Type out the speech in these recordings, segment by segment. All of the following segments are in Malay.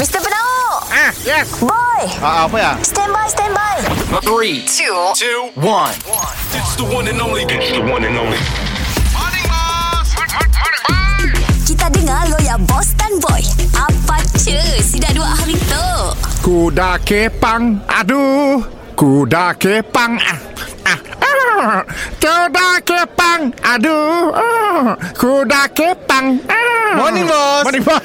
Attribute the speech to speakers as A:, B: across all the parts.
A: Mr. Penau
B: Ah, yes.
A: Boy
B: Ah, apa ya?
A: Stand by, stand by
C: Three,
A: Two
C: two, one.
D: It's the one and only. It's the one and only.
A: Kita dengar lo ya boss dan boy Apa cuy Sudah dua hari tu
B: Kuda kepang. Aduh. Kuda kepang. Ah, ah, ah. Kuda kepang. Aduh. Ah. Kuda kepang. Ah.
E: Morning, boss.
B: Morning boss.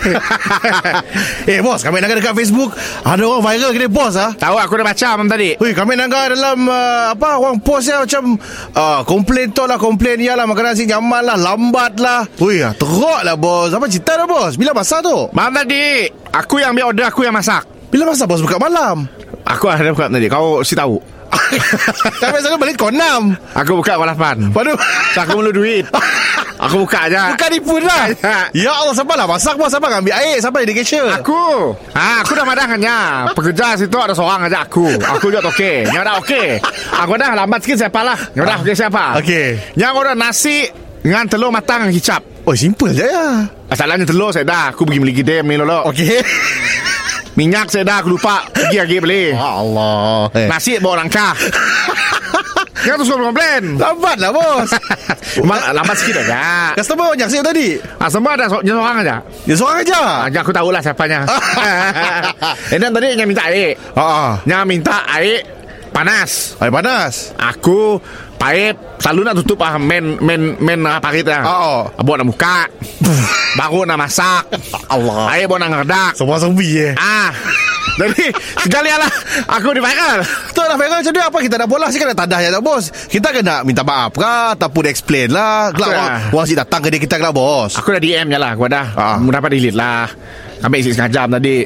E: Eh bos Kami naga dekat Facebook Ada orang viral kena bos ah.
B: Tahu aku dah baca mam tadi.
E: Hui, kami naga dalam uh, apa orang post dia macam uh, komplain tu lah komplain ya lah makanan nasi nyaman lah lambat lah. Hui, teruk lah bos. Apa cerita dah bos? Bila masa tu?
B: Mam tadi, aku yang ambil order aku yang masak.
E: Bila masa bos buka malam?
B: Aku ada buka tadi. Kau si tahu.
E: Kami selalu balik kau enam.
B: Aku buka kepala depan.
E: Waduh.
B: So, aku perlu duit. Aku buka aja.
E: Bukan pun lah. ya Allah, siapa lah masak bos? Siapa nak ambil air? Siapa jadi cashier?
B: Aku ha, Aku dah madangannya Pekerja situ ada seorang aja aku Aku juga okey Yang dah okey Aku dah lambat sikit siapa lah Yang dah okey siapa
E: Okey.
B: Yang orang nasi Dengan telur matang hicap
E: Oh, simple je ya.
B: Masalahnya telur saya dah Aku pergi beli gidem ni lolo
E: Okey.
B: Minyak saya dah aku lupa Pergi lagi beli
E: Allah. Eh.
B: Nasi bawa langkah Yang tu suka komplain
E: Lambat lah bos.
B: Lambat, lambat sikit aja
E: Customer banyak siap tadi.
B: ah, Semua ada so- seorang aja
E: Dia seorang aja.
B: ah, Yang aku tahulah siapanya Eh dan tadi yang minta air
E: Ha ah.
B: Yang minta air Panas
E: Air panas.
B: Aku Paip Selalu nak tutup ah Men Men Men ah, parit lah
E: Oo.
B: Buat nak buka Baru nak masak
E: Allah.
B: Air buat nak ngerdak
E: Semua sepi eh.
B: Ah Jadi Sekali lah Aku di viral
E: Tak lah Farah macam mana Apa kita nak bola Saya kena tadah je tak bos Kita kena minta maaf kah Ataupun explain lah Kelak
B: Apa
E: orang,
B: lah?
E: orang asyik datang ke dia Kita kena bos
B: Aku dah DM je lah Aku dah
E: Ah.
B: Mu dapat delete lah Ambil isi setengah jam tadi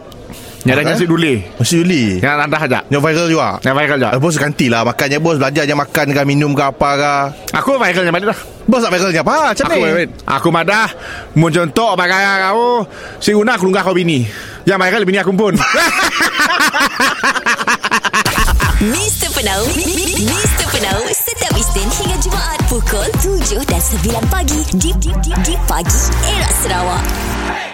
B: Yang dah
E: Ah.
B: nasi dulu
E: Masih Juli
B: Yang randah aja
E: Yang viral juga
B: Yang viral je
E: Eh, Bos gantilah makannya bos Belajar je makan ke minum ke apa ke
B: Aku viral yang balik lah
E: Bos nak viralnya apa Macam
B: Aku
E: ni
B: viral Aku madah Mu contoh Pakai kau Si Una aku lunggah kau bini Yang viral bini aku pun
A: Mr. Penau Mi- Mi- Mi- Mr. Penau Setiap Isnin hingga Jumaat Pukul 7 dan 9 pagi Di, di, di, di pagi Era Sarawak